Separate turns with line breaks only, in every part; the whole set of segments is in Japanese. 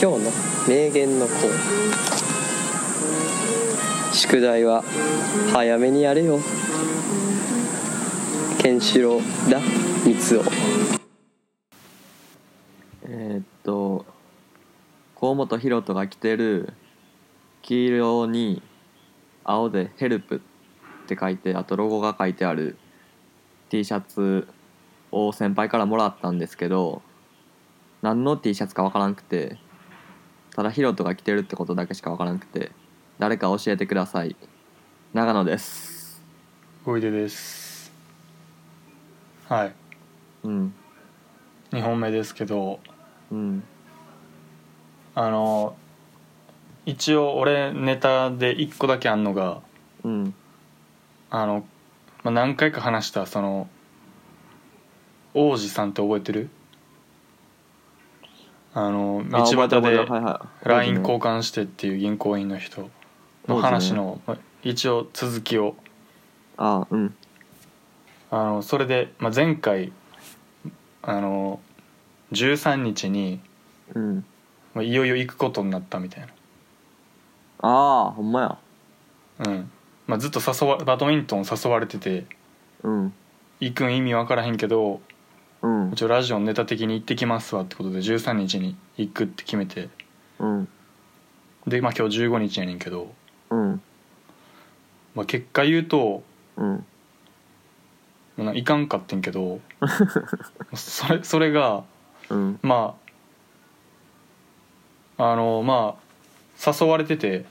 今日の名言のコーナー宿題は早めにやれよケンシロウだ三つを
えーっと河本ロ人が着てる黄色に青で「ヘルプって書いてあとロゴが書いてある T シャツを先輩からもらったんですけど何の T シャツかわからなくてただロ人が着てるってことだけしかわからなくて誰か教えてください長野です
おいでですはい
うん
2本目ですけど
うん
あの一応俺ネタで1個だけあんのが
うん
あの、まあ、何回か話したその王子さんって覚えてるあの道
あ覚えた
端
覚え
で
たはいはい
LINE 交換してっていう銀行員の人の話のまあ一応続きを
あうん
あのそれで、まあ、前回あの13日に
うん
まあいよいよ行くことになったみたい
ああほんまや
な、うんまあ、ずっと誘わバドミントン誘われてて
うん
行くん意味分からへんけど
うん
一応ラジオのネタ的に行ってきますわってことで13日に行くって決めて
うん
で、まあ、今日15日やねんけど、
うん
まあ、結果言うと
うん
まあな行かんかってんけどそれそれが
うん
まああのまあ誘われてて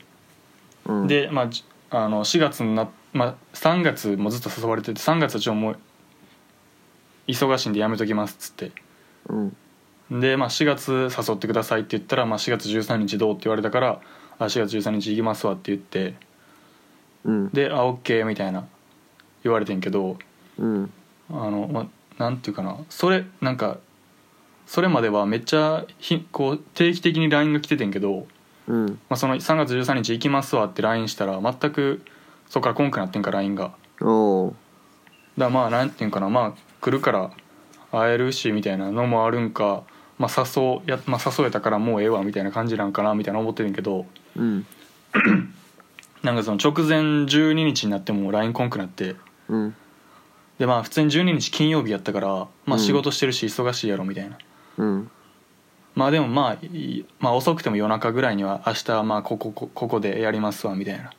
うん
で、まあ、じあの4月にな、まあ、3月もずっと誘われてて3月はちょっともう忙しいんでやめときますっつって
うん
で、まあ、4月誘ってくださいって言ったら、まあ、4月13日どうって言われたからあ4月13日行きますわって言って
うん
で「あオッケーみたいな言われてんけど
うん
あの、まあ、なんていうかなそれなんかそれまではめっちゃひこう定期的に LINE が来ててんけど、
うん
まあ、その3月13日行きますわって LINE したら全くそっから来んくなってんから LINE が。
おー
だからまあなんていうんかなまあ来るから会えるしみたいなのもあるんか、まあ、誘うや、まあ、誘えたからもうええわみたいな感じなんかなみたいな思ってるけど
うん
なんかその直前12日になっても LINE コンくなって
うん
でまあ普通に12日金曜日やったから、
う
ま
ん
あ、仕事してるし忙しいやろみたいな、
うん
まあでもまあいまあ遅くても夜中ぐらいには明日まあこここここでやりますわみたいな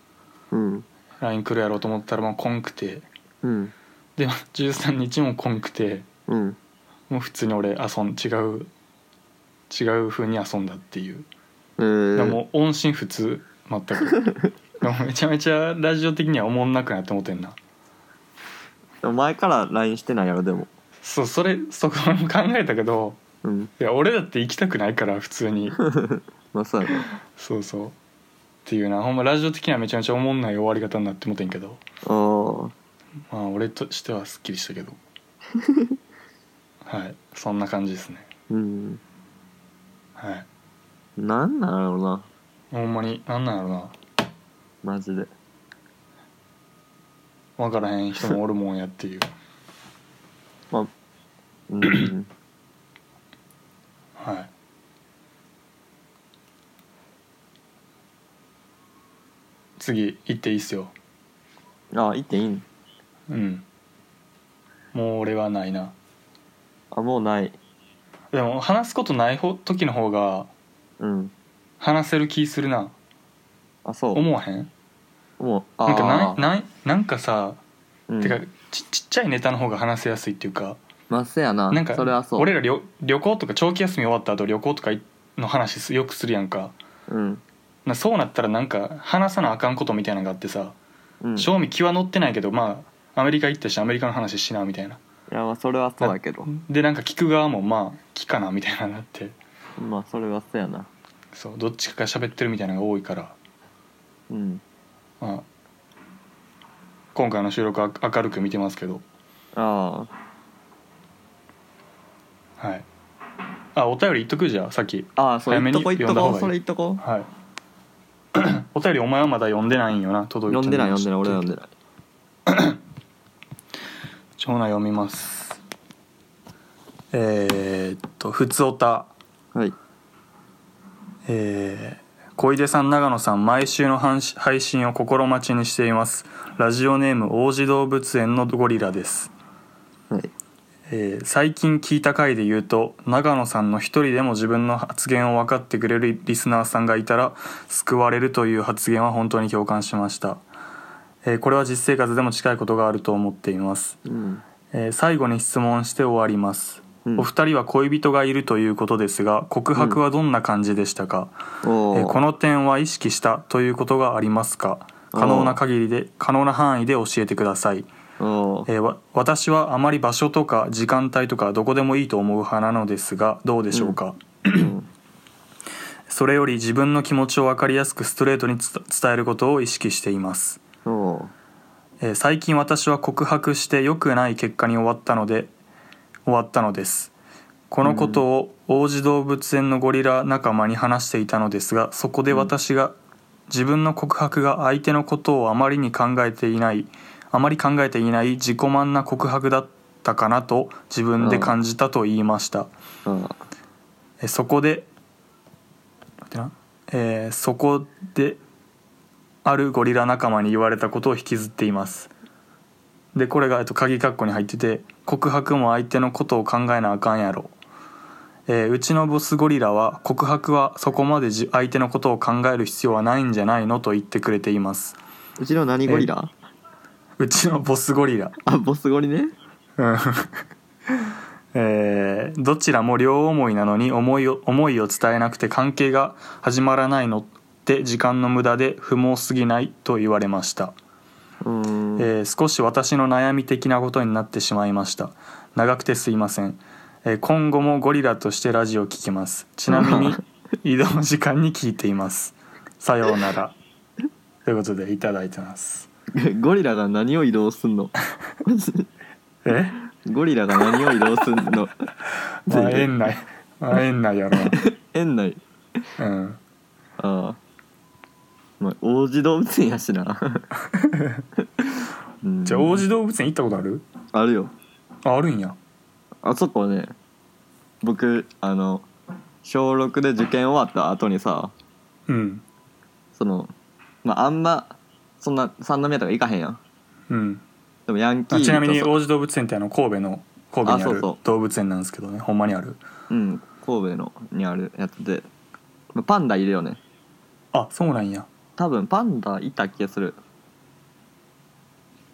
うん
LINE 来るやろうと思ったらまあコンくて
うん
でまあ13日もコンくて。
うん
もう普通に俺遊ん違う違う風に遊んだっていう、
えー
でも音信不通全く でもめちゃめちゃラジオ的にはおもんなくなって思ってんな
でも前から LINE してないやろでも
そうそれそこも考えたけど
うん
いや俺だって行きたくないから普 通に
まあそうやな
そうそうっていうなほんまラジオ的にはめちゃめちゃおもんない終わり方になって思ってんけど
おー
まあ俺としてはすっきりし たけどはいそんな感じですね
うん
はい
なんなんやろうな
ほんまになんなんやろな
マジで
分からへん人もおるもんやっていう
うん
はい。次行っていいっすよ。
あ行っていいん
うん。もう俺はないな。
あもうない
でも話すことないほ時の方が
うん
話せる気するな。
あそう
思わへん
もうあ
なんかな
あ
いないなんかさ、
うん
てかちちっちゃいネタの方が話せやすいっていうか、
まあせやな
なんか
それはそう
俺ら旅旅行とか長期休み終わった後旅行とかいの話すよくするやんか。
うん
なそうなったらなんか話さなあかんことみたいなのがあってさ、
うんい
正味気は乗ってないけどまあアメリカ行ったしアメリカの話しなみたいな
やまあそれはそうやけど
でなんか聞く側もまあ聞かなみたいなのになって
まあそれはそうやな
そうどっちかが喋ってるみたいなのが多いから、
うん
まあ、今回の収録は明るく見てますけど
あ
はいあお便り言っとくじゃあさっき
あああそれ言
早め
っ
に
とこう言っと
呼ん
こ
だ方が
う
いい
それ言っとこう
はい お便りお前はまだ読んでないんよな届い
読んでない読んでない俺は
ん
読んでない
長男読みますえー、っと「ふつおた
はい」
ええー小出さん長野さん毎週の配信配信を心待ちにしていますラジオネーム王子動物園のゴリラです、
はい
えー最近聞いた回で言うと長野さんの一人でも自分の発言を分かってくれるリスナーさんがいたら救われるという発言は本当に共感しました、えーこれは実生活でも近いことがあると思っています
うん
えー最後に質問して終わります、
うん
お二人は恋人がいるということですが告白はどんな感じでしたか、
お
えー
ー
この点は意識したということがありますか可能な限りで可能な範囲で教えてください、
おー
えーわ私はあまり場所とか時間帯とかどこでもいいと思う派なのですがどうでしょうか、それより自分の気持ちを分かりやすくストレートにつ伝えることを意識しています
おー
えー最近私は告白して良くない結果に終わったので終わったのですこのことを王子動物園のゴリラ仲間に話していたのですがそこで私が自分の告白が相手のことをあまりに考えていないあまり考えていない自己満な告白だったかなと自分で感じたと言いました、
あ
えそこで待ってな、えーそこであるゴリラ仲間に言われたことを引きずっていますでこれが、えっと、鍵括弧に入ってて「告白も相手のことを考えなあかんやろ」えーうちのボスゴリラは告白はそこまでじ相手のことを考える必要はないんじゃないのと言ってくれています
うちの何ゴリラ
うちのボスゴリラ
あボスゴリね
うん えーどちらも両思いなのに思いを思いを伝えなくて関係が始まらないのって時間の無駄で不毛すぎないと言われました、
うーん
えー少し私の悩み的なことになってしまいました長くてすいません、えー今後もゴリラとしてラジオ聞きますちなみに移動時間に聞いていますさようならということでいただいてます
ゴリラが何を移動すん の
え
ゴリラが何を移動すん の
まあ園内まあ園内やろ
園内
なうん
ああまあ王子動物園やし なうん
じゃあ王子動物園行ったことある
あるよ
ああるんや
あそこね僕あの小6で受験終わった後にさ
うん
そのまああんまそんな三宮とか行かへんやん
うん
でもヤンキ
あ
ー
ちなみに
と
王子動物園ってあの神戸の神戸に
あ
あ
そう
る
そう
動物園なんですけどねほんまにある
うん神戸のにあるやつでまあパンダいるよね
あそうなんや
多分パンダいた気がする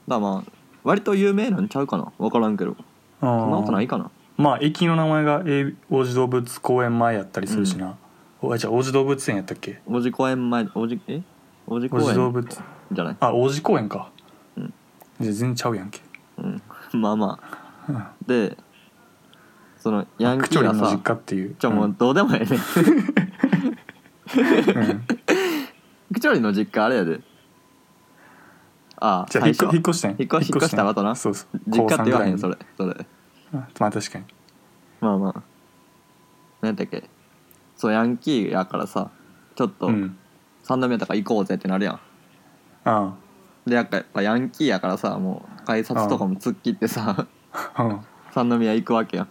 だからまあ割と有名なんちゃうかな分からんけど
あ
そんなことな
ー
いかな
まあ駅の名前がえー王子動物公園前やったりするしな、おあじゃあ王子動物園やったっけ
王子公園前王子え王子
王
公
子動
園
物
じゃない
あ王子公園か、
うん
じゃあ全然ちゃうやんけ
うん まあまあでそのヤン
ク
キ
チ
ー
ョ
が
リンの
さ
実家っていう
じゃもうどうでもええね
うんうん
クチョリンの実家あれやでああ
じゃあ引
最
っ越
初
引っ越したんや
引っ越し引っ越した後な
そうそう
実家って言わへん
高
そ
三
れそれ
ぐらいにうんまあ確かに
まあまあ何やったっけそうヤンキーやからさちょっと
うん
三度目とか行こうぜってなるやん
あ
でやっぱやっぱヤンキーやからさもう改札とかも突っ切ってさ
あ
三宮行くわけや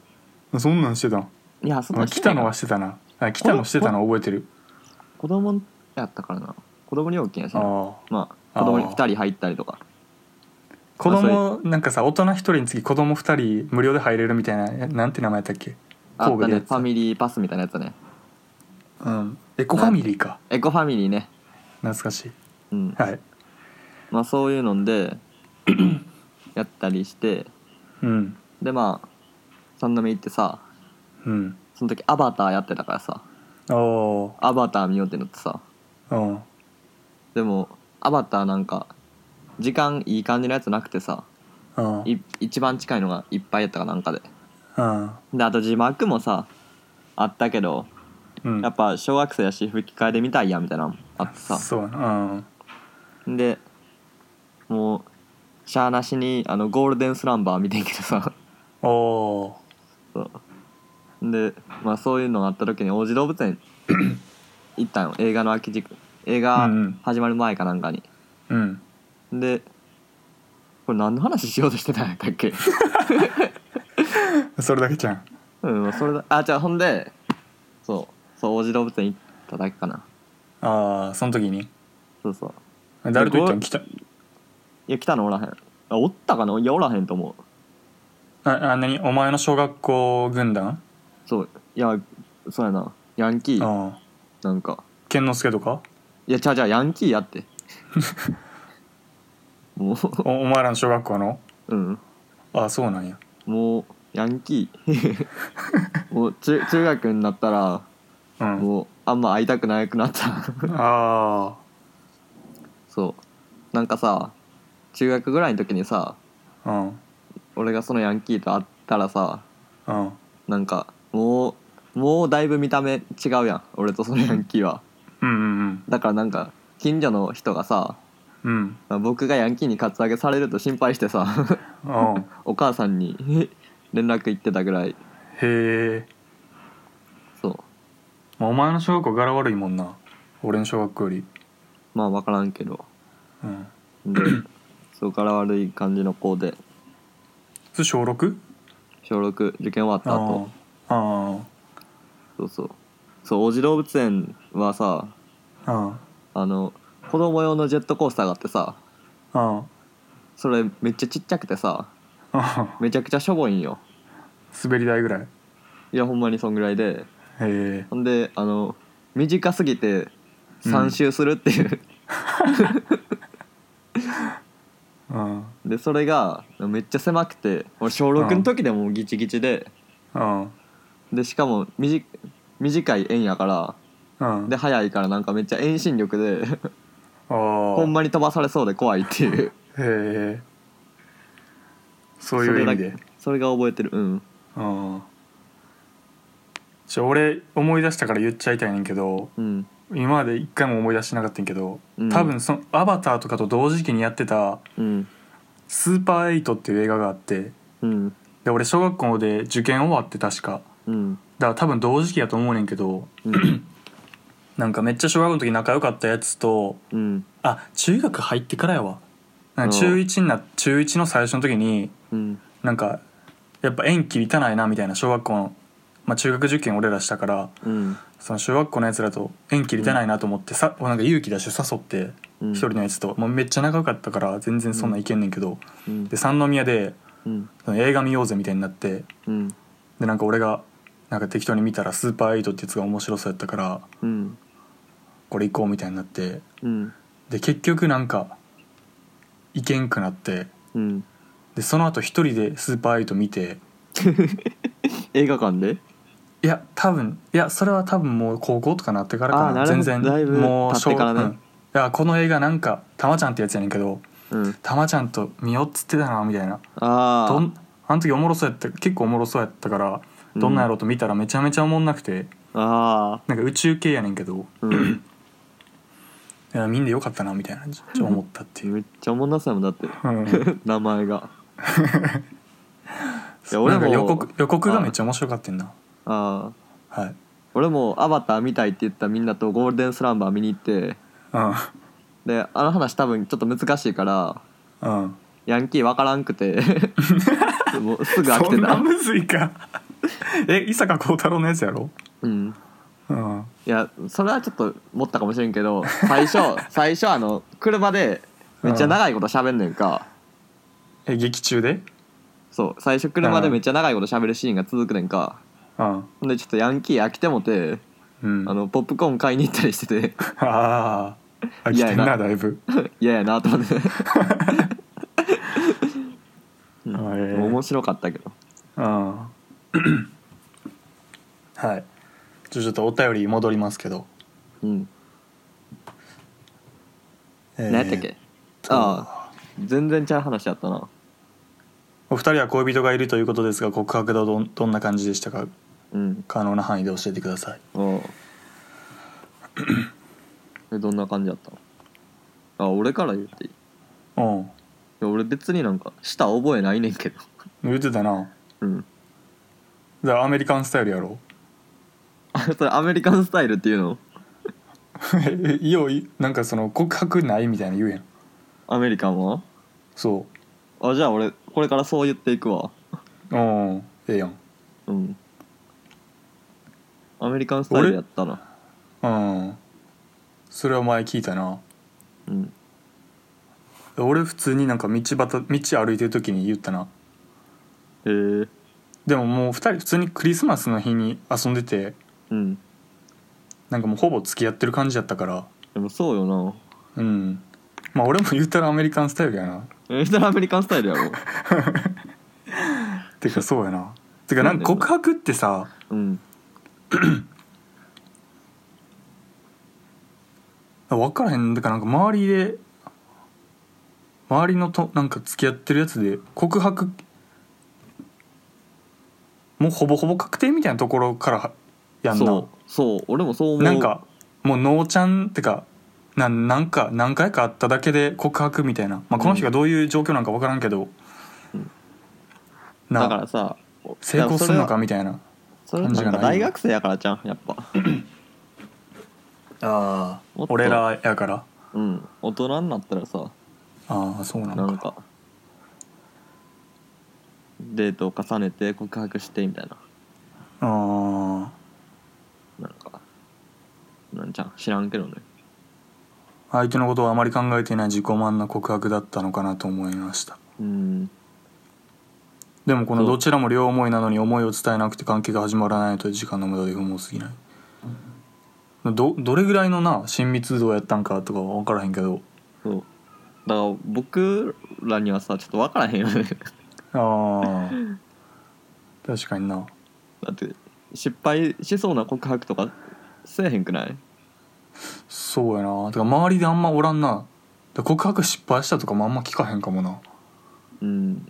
うん そんなんしてたん
んいやそん
あ
な
来たのはしてたなあ来たのしてたの覚えてる
子供やったからな子供料金やしな
ああ
まあ子供に
あー
2人入ったりとか
子供なんかさ大人一人につき子供二人無料で入れるみたいななんて名前やったっけ
あっ
神
た
戸で
ね
や
フ
つ
ァミリーパスみたいなやつね
うんエコファミリーか
エコファミリーね
懐かしい
うん
はい
まあそういうの でやったりして
うん
でまあ三宮行ってさ
うん
その時アバターやってたからさ
おお
アバター見ようってなってさ
ーうん
でもアバターなんか時間いい感じのやつなくてさ
うん
い一番近いのがいっぱいやったかなんかで
うん
であと字幕もさあったけど
うん
やっぱ小学生やし吹き替えで見たいやみたいなのあってさ
そうやなうん
でもうしゃあなしにあのゴールデンスランバー見てんけどさ
おお
そうでまあそういうのがあった時に王子動物 園行ったんよ映画の空き時間映画
うんうん
始まる前かなんかに、
ーうん
でこれ何の話しようとしてたんやったっけ
それだけじゃん
うんそれだあじゃあほんでそうそう王子動物園行っっただけかな
ああその時に
そうそう
誰と行ったん来た
いや来たのおらへんあおったかないやおらへんと思う
ああ何お前の小学校軍団
そういやそうやなヤンキー
ああ
なんか
健之助とか
いやちゃうちゃうヤンキーやっても
おお前らの小学校の
ううん
ああそうなんや
もうヤンキー もう中中学になったら
うん
もうあんま会いたくなくなった
あ
そうなんかさ中学ぐらいの時にさ
あうん
俺がそのヤンキーと会ったらさ
うん
なんかもうもうだいぶ見た目違うやん俺とそのヤンキーは
うんうん
だからなんか近所の人がさ
うん
僕がヤンキーにカツアゲされると心配してさ
うんうん
お母さんに連絡行ってたぐらい
へえ
そう
お前の小学校柄悪いもんな俺の小学校より
まあ分からんけど
うん
でそこから悪い感じの子で
それ小 6?
小6受験終わった後
あー
そうそうそう王子動物園はさ
あー
あの子供用のジェットコースターがあってさ
あー
それめっちゃちっちゃくてさ
あー
めちゃくちゃしょぼいんよ
滑り台ぐらいへ
いやほんまにそんぐらいで
え
ほんであの短すぎて3周するっていう、
うん
でそれがめっちゃ狭くて俺小6の時でもうギチギチで、
うん
でしかも短短い円やから
うん
で速いからなんかめっちゃ遠心力で
ああ
ほんまに飛ばされそうで怖いっていう
へえそういう意味
そ
で
れだけそれが覚えてるうん
うんちょ俺思い出したから言っちゃいたいねんけど
うん
今まで一回も思い出してなかったんやけど、
うん
多分そのアバターとかと同時期にやってた
うん
「スーパーエイト」っていう映画があって
うん
で俺小学校で受験終わって確か
うん
だから多分同時期やと思うねんけど
うん
なんかめっちゃ小学校の時仲良かったやつと
うん
あ中学入ってからやわなんか
うん
中1にな中1の最初の時に
うん
なんかやっぱ縁切りたないなみたいな小学校の、まあ、中学受験俺らしたから
うん
その小学校のやつらと縁切りたないなと思ってさ、なんか勇気出して誘って
うん
一人のやつと、もうめっちゃ仲良かったから全然そんなんいけんねんけど、
うん
で三宮で
うん
その映画見ようぜみたいになって
うん
でなんか俺がなんか適当に見たら「スーパーエイト」ってやつが面白そうやったから
うん
これ行こうみたいになって
うん
で結局なんか行けんくなって
うん
でその後一人で「スーパーエイト」見て
映画館で
いや多分いやそれは多分もう高校とかなってからか
あー
な
なるほ
全
ど
然
だいぶ
もう
経ってからね
小うんいやこの映画なんかたまちゃんってやつやねんけど
うん
たまちゃんと見ようっつってたなみたいな
あ
ど
あ
んあの時おもろそうやった結構おもろそうやったから
うん
どんなんやろうと見たらめちゃめちゃおもんなくて
あ
なんか宇宙系やねんけど
あうん
いや見んでよかったなみたいなちょっと思ったっていう、
めっちゃおもんなさいもんだって
うん、
名前がいや
な
俺
んか
も
予告予告がめっちゃ面白かったんな
ああ
はい
俺も「アバター」見たいって言ったみんなとゴールデンスランバー見に行ってであの話多分ちょっと難しいから
うんうん
ヤンキー分からんく てもうすぐ飽き
そ
て
んな
た
むずいかえ伊坂幸太郎のやつやろ
うん
うん
いやそれはちょっと持ったかもしれんけど最初最初あの車でめっちゃ長いこと喋んねんか
え劇中で
そう最初車でめっちゃ長いこと喋るシーンが続くねんか
うん
ほんでちょっとヤンキー飽きてもて
うん
あのポップコーン買いに行ったりしてて
ああ飽きてん
いやい
な
や
だいぶ、
嫌やなと思って
うん、
面白かったけど
うん はいじゃあちょっとお便り戻りますけど、
うん
えー
何やったっけああ全然ちゃう話やったな
お二人は恋人がいるということですが告白のどんどんな感じでしたか
うん
可能な範囲で教えてください
おうえどんな感じやったのあ俺から言っていいい
うん
や俺別になんかした覚えないねんけど
言ってたな
うん
だからアメリカンスタイルやろ
あそれアメリカンスタイルっていうの
いよいなんかその告白ないみたいな言うやん
アメリカンは
そ
あじゃあ俺これからそう言っていくわ
ううんええやん
うんアメリカンスタイルやったな
うんそれは前聞いたな
うん
俺普通になんか道端道歩いてる時に言ったな
へえ
でももう2人普通にクリスマスの日に遊んでて
うん
なんかもうほぼ付き合ってる感じやったから
でもそうよな
うんまあ俺も言うたらアメリカンスタイルやな
えそれアメリカンスタイルやろ
てかそうやなてかなんか告白ってさ
うん
分からへんだからなんか周りで周りのとなんか付き合ってるやつで告白もうほぼほぼ確定みたいなところからやんな
そうそう俺もそう思う
なんかもうノーちゃんってかなんなんか何回かあっただけで告白みたいな、まあ、この人がどういう状況なんか分からんけど、
うん
な
だからさ
成功するのか
だら
みたいな
それは
感
それ
じ
は
が
な
ない
んか大学生やからじゃんやっぱ
あ
もっと
俺らやから
うん大人になったらさ
ああそうなん
なん
か
かデートを重ねて告白してみたいな
あ
なんかなんちゃん知らんけどね
あ相手のことをあまり考えていない自己満な告白だったのかなと思いました
うん
でもこの
そう
どちらも両思いなのに思いを伝えなくて関係が始まらないという時間の無駄で不毛すぎないどどれぐらいのな親密度やったんかとかは分からへんけど
そうだから僕らにはさちょっと分からへんよね
ああ確かにな
だって失敗しそうな告白とかせえへんくない
そうやなてか周りであんまおらんなで告白失敗したとかもあんま聞かへんかもな
うん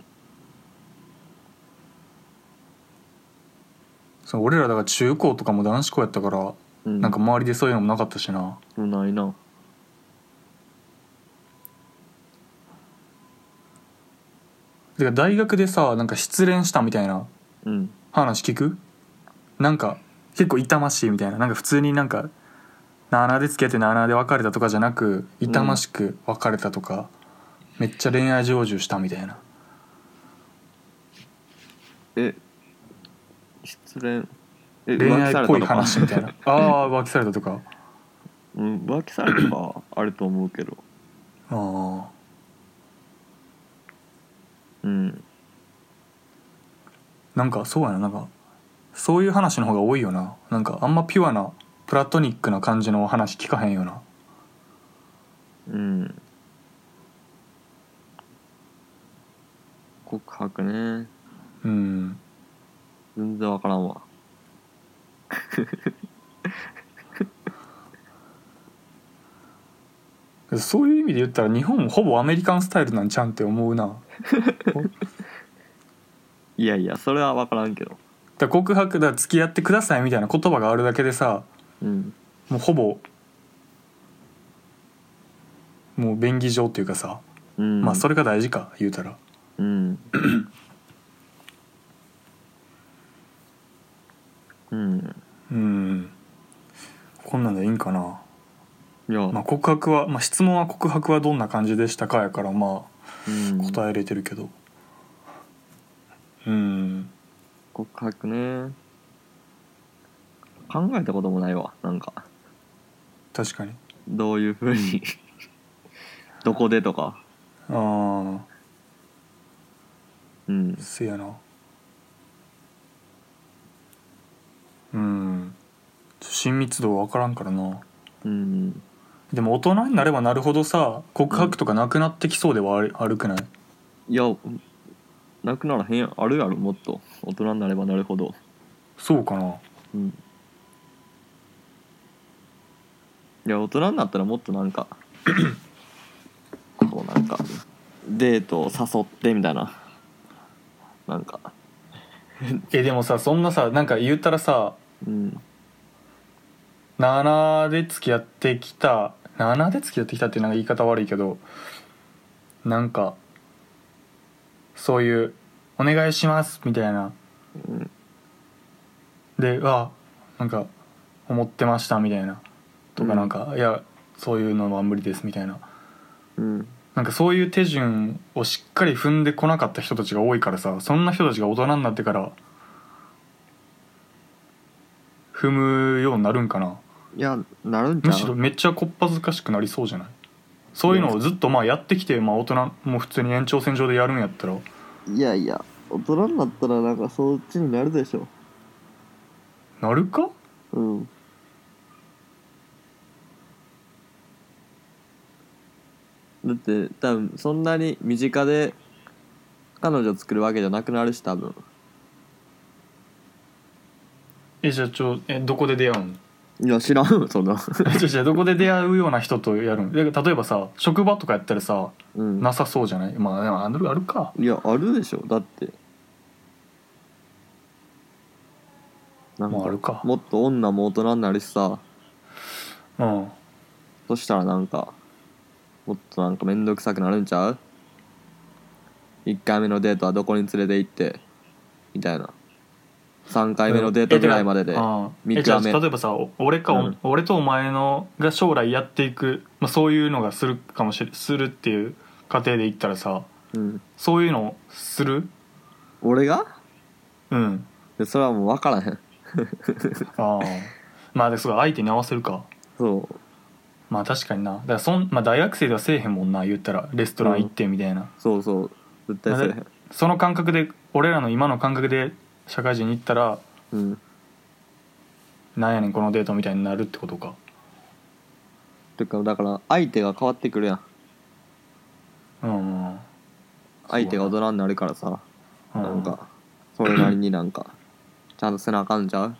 その俺らだから中高とかも男子校やったから、
うん
なんか周りでそういうのもなかったしな
もうないな
てか大学でさなんか失恋したみたいな
うん
話聞くなんか結構痛ましいみたいななんか普通になんか7で付き合って7で別れたとかじゃなく痛ましく別れたとか、めっちゃ恋愛成就したみたいな
え失恋え
恋愛っぽい
とか
話みたいなああ浮気されたとか
うん浮気されたと かあると思うけど
ああ
うん
なんかそうやななんかそういう話の方が多いよななんかあんまピュアなプラトニックな感じの話聞かへんよな
うん告白ね
うん
全然分からんわ
そういう意味で言ったら日本ほぼアメリカンスタイルなんちゃうんって思うなおだか
いやいやそれは分からんけど
ら告白だから付き合ってくださいみたいな言葉があるだけでさ
うん
もうほぼもう便宜上っていうかさ、
うん
まあそ
れ
れが大事か言うたら
うんうん
うんこんなんでいいんかな、
いや、
まあ、告白は、まあ、質問は告白はどんな感じでしたかやからまあ
うん、
答えれてるけどうん
告白ね考えたこともないわなんか
確かに
どういうふうに どこでとか
ああ
うん
せやなうん親密度分からんからな
うん
でも大人になればなるほどさ告白とかなくなってきそうではある,、悪くない
いやなくならへんやんあるやろもっと大人になればなるほど
そうかな
うんいや大人になったらもっとなん かこうなんかデートを誘ってみたいななんか
えでもさそんなさなんか言ったらさ
うん
7で付き合ってきた7で付き合ってきたってなんか言い方悪いけどなんかそういう「お願いします」みたいな
うん
で「あなんか思ってました」みたいなとかなんか「いやそういうのは無理です」みたいな
うん
なんかそういう手順をしっかり踏んでこなかった人たちが多いからさそんな人たちが大人になってから踏むようになるんかな
いやなるんち
む
ゃ
しろ
う
めっちゃこっぱずかしくなりそうじゃないそういうのをずっとまあやってきて、まあ、大人も普通に延長線上でやるんやったら
いやいや大人になったらなんかそっちになるでしょ
なるか
うんだって多分そんなに身近で彼女作るわけじゃなくなるし多分
えじゃあちょえどこで出会うん
いや知らん そんな
えじゃあじゃあどこで出会うような人とやるんで例えばさ職場とかやったらさ
うん
なさそうじゃないまあでもあるあるか
いやあるでしょだってなん
まああるか
もっと女も大人になるしさ
うん
そしたらなんかもっとなんか面倒くさくなるんちゃう ?1 回目のデートはどこに連れて行ってみたいな3回目のデートぐらいまでで
えてかうん
見
えじゃあ
極め
例えばさお俺か、お
うん
俺とお前のが将来やっていく、まあ、そういうのがするかもしれするっていう過程で言ったらさ
うん、
そういうのする
俺が
うん
でそれはもう分からへん
ああまあでそうか相手に合わせるか
そ
まあ確かになだからそん、まあ、大学生ではせえへんもんな言ったらレストラン行ってみたいな、
うそうそう絶対それへん
その感覚で俺らの今の感覚で社会人に行ったら
うん
なんやねんこのデートみたいになるってことか
てかだから相手が変わってくるやん
うんうん
相手が大人になるからさ
うん
なんかそれなりになんかちゃんとせなあかんちゃ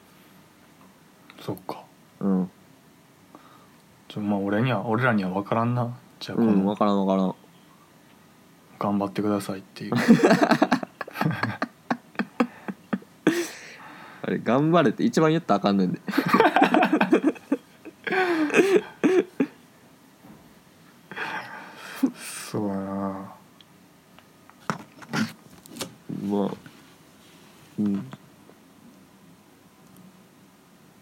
そっか
ううん
ちょまあ俺には俺らには分からんなじゃ
う
あこ
ん
の
分からん分からん
頑張ってくださいっていう
あれ頑張れって一番言ったらあかんねんで
そうやな
まあうん、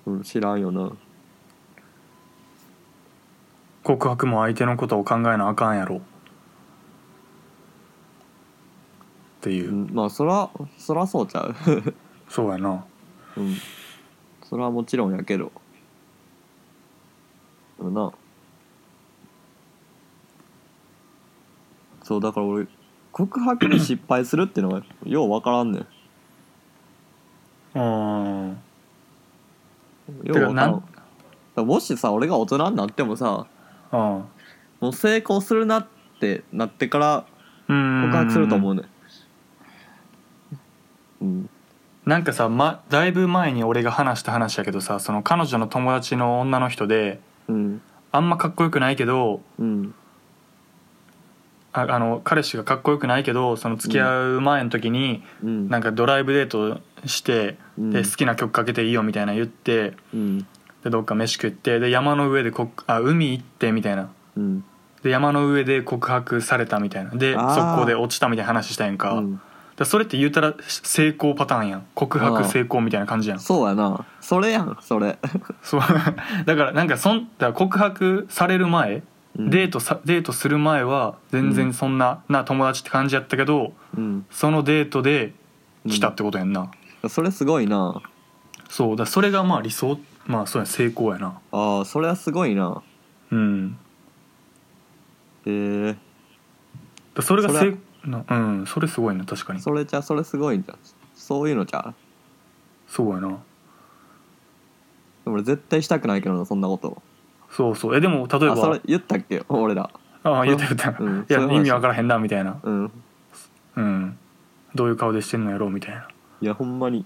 うん、知らんよな
告白も相手のことを考えなあかんやろっていうう、
んまあそらそらそうちゃう
そうやな
うんそれはもちろんやけどでもなそうだから俺告白に失敗するっていうのがよう分からんねん
うん
よう分からん
てかなん
だからもしさ俺が大人になってもさ
うん
もう成功するなってなってから
うん
告白すると思うねうん
なんかさ、ま、だいぶ前に俺が話した話やけどさその彼女の友達の女の人で
うん
あんまかっこよくないけど
うん
ああの彼氏がかっこよくないけどその付き合う前の時に、
うん
なんかドライブデートして、
うん
で好きな曲かけていいよみたいな言って
うん
でどっか飯食ってで山の上でこあ海行ってみたいな
うん
で山の上で告白されたみたいなで
あー
速攻で落ちたみたいな話したやんか,、
うん
でそれって言うたら成功パターンやん告白成功みたいな感じやん
そうやなそれやんそれ
そう だからなんかそんだから告白される前、
うん
デートさデートする前は全然そんな,、な友達って感じやったけど
うん
そのデートで来たってことやんな、
それすごいな
そうだからそれがまあ理想まあそうや成功やな
ああそれはすごいな
うん
へえ
だからそれが
それ
成なうんそれすごいな確かにそ
それじゃそれすごいんじゃんそういうのじゃ
うやな
う俺絶対したくないけどなそんなこと
そうそうえでも例え
あそ
ば
れ言ったっけ俺ら
ああ言った言った、
うん
いや
そういう話
意味わからへんなみたいな
うん
うんどういう顔でしてんのやろうみたいない
やほんまに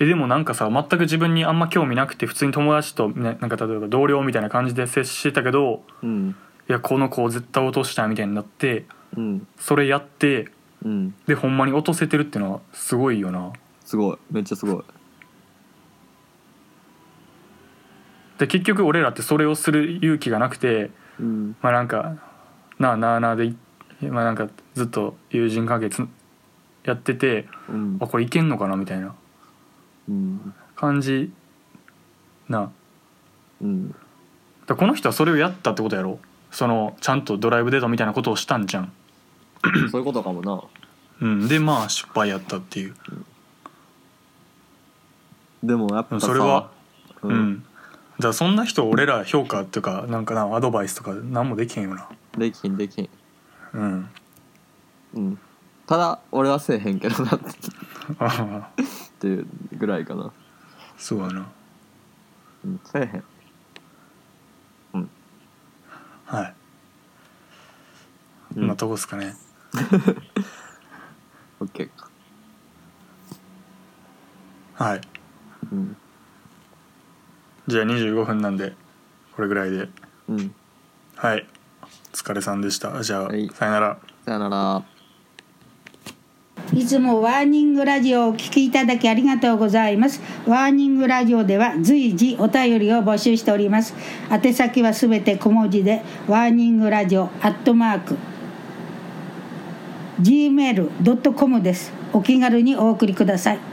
えでもなんかさ全く自分にあんま興味なくて普通に友達と、ね、なんか例えば同僚みたいな感じで接してたけど
うん
いやこの子を絶対落としたいみたいになって
うん
それやって
うん
でほんまに落とせてるってのはすごいよな
すごいめっちゃすごい
で結局俺らってそれをする勇気がなくて
うん
まあなんかなあなあなあでい、まあ、なんかずっと友人関係つやってて
うん
あこれいけんのかなみたいな
うん
感じな
うん
だからこの人はそれをやったってことやろそのちゃんとドライブデートみたいなことをしたんじゃん、
そういうことかもな
うん、でまあ失敗やったっていう
でもやっぱさ
それは
う
うん、じゃあそんな人俺ら評価っていうかなんかなアドバイスとか何もできへんよな
できんできん
うん
うんただ俺はせえへんけどなっ
あはは
ていうぐらいかな、
そうやな
うん、せえへん
はいこ
うん
んなとこですかね、
オッケーか
はい
うん
じゃあ25分なんでこれぐらいで
うん
はいお疲れさんでしたじゃあ、
はい
さよなら
さよなら
いつもワーニングラジオをお聞きいただきありがとうございます。ワーニングラジオでは随時お便りを募集しております。宛先はすべて小文字で、ワーニングラジオアットマーク、gmail.com です。お気軽にお送りください。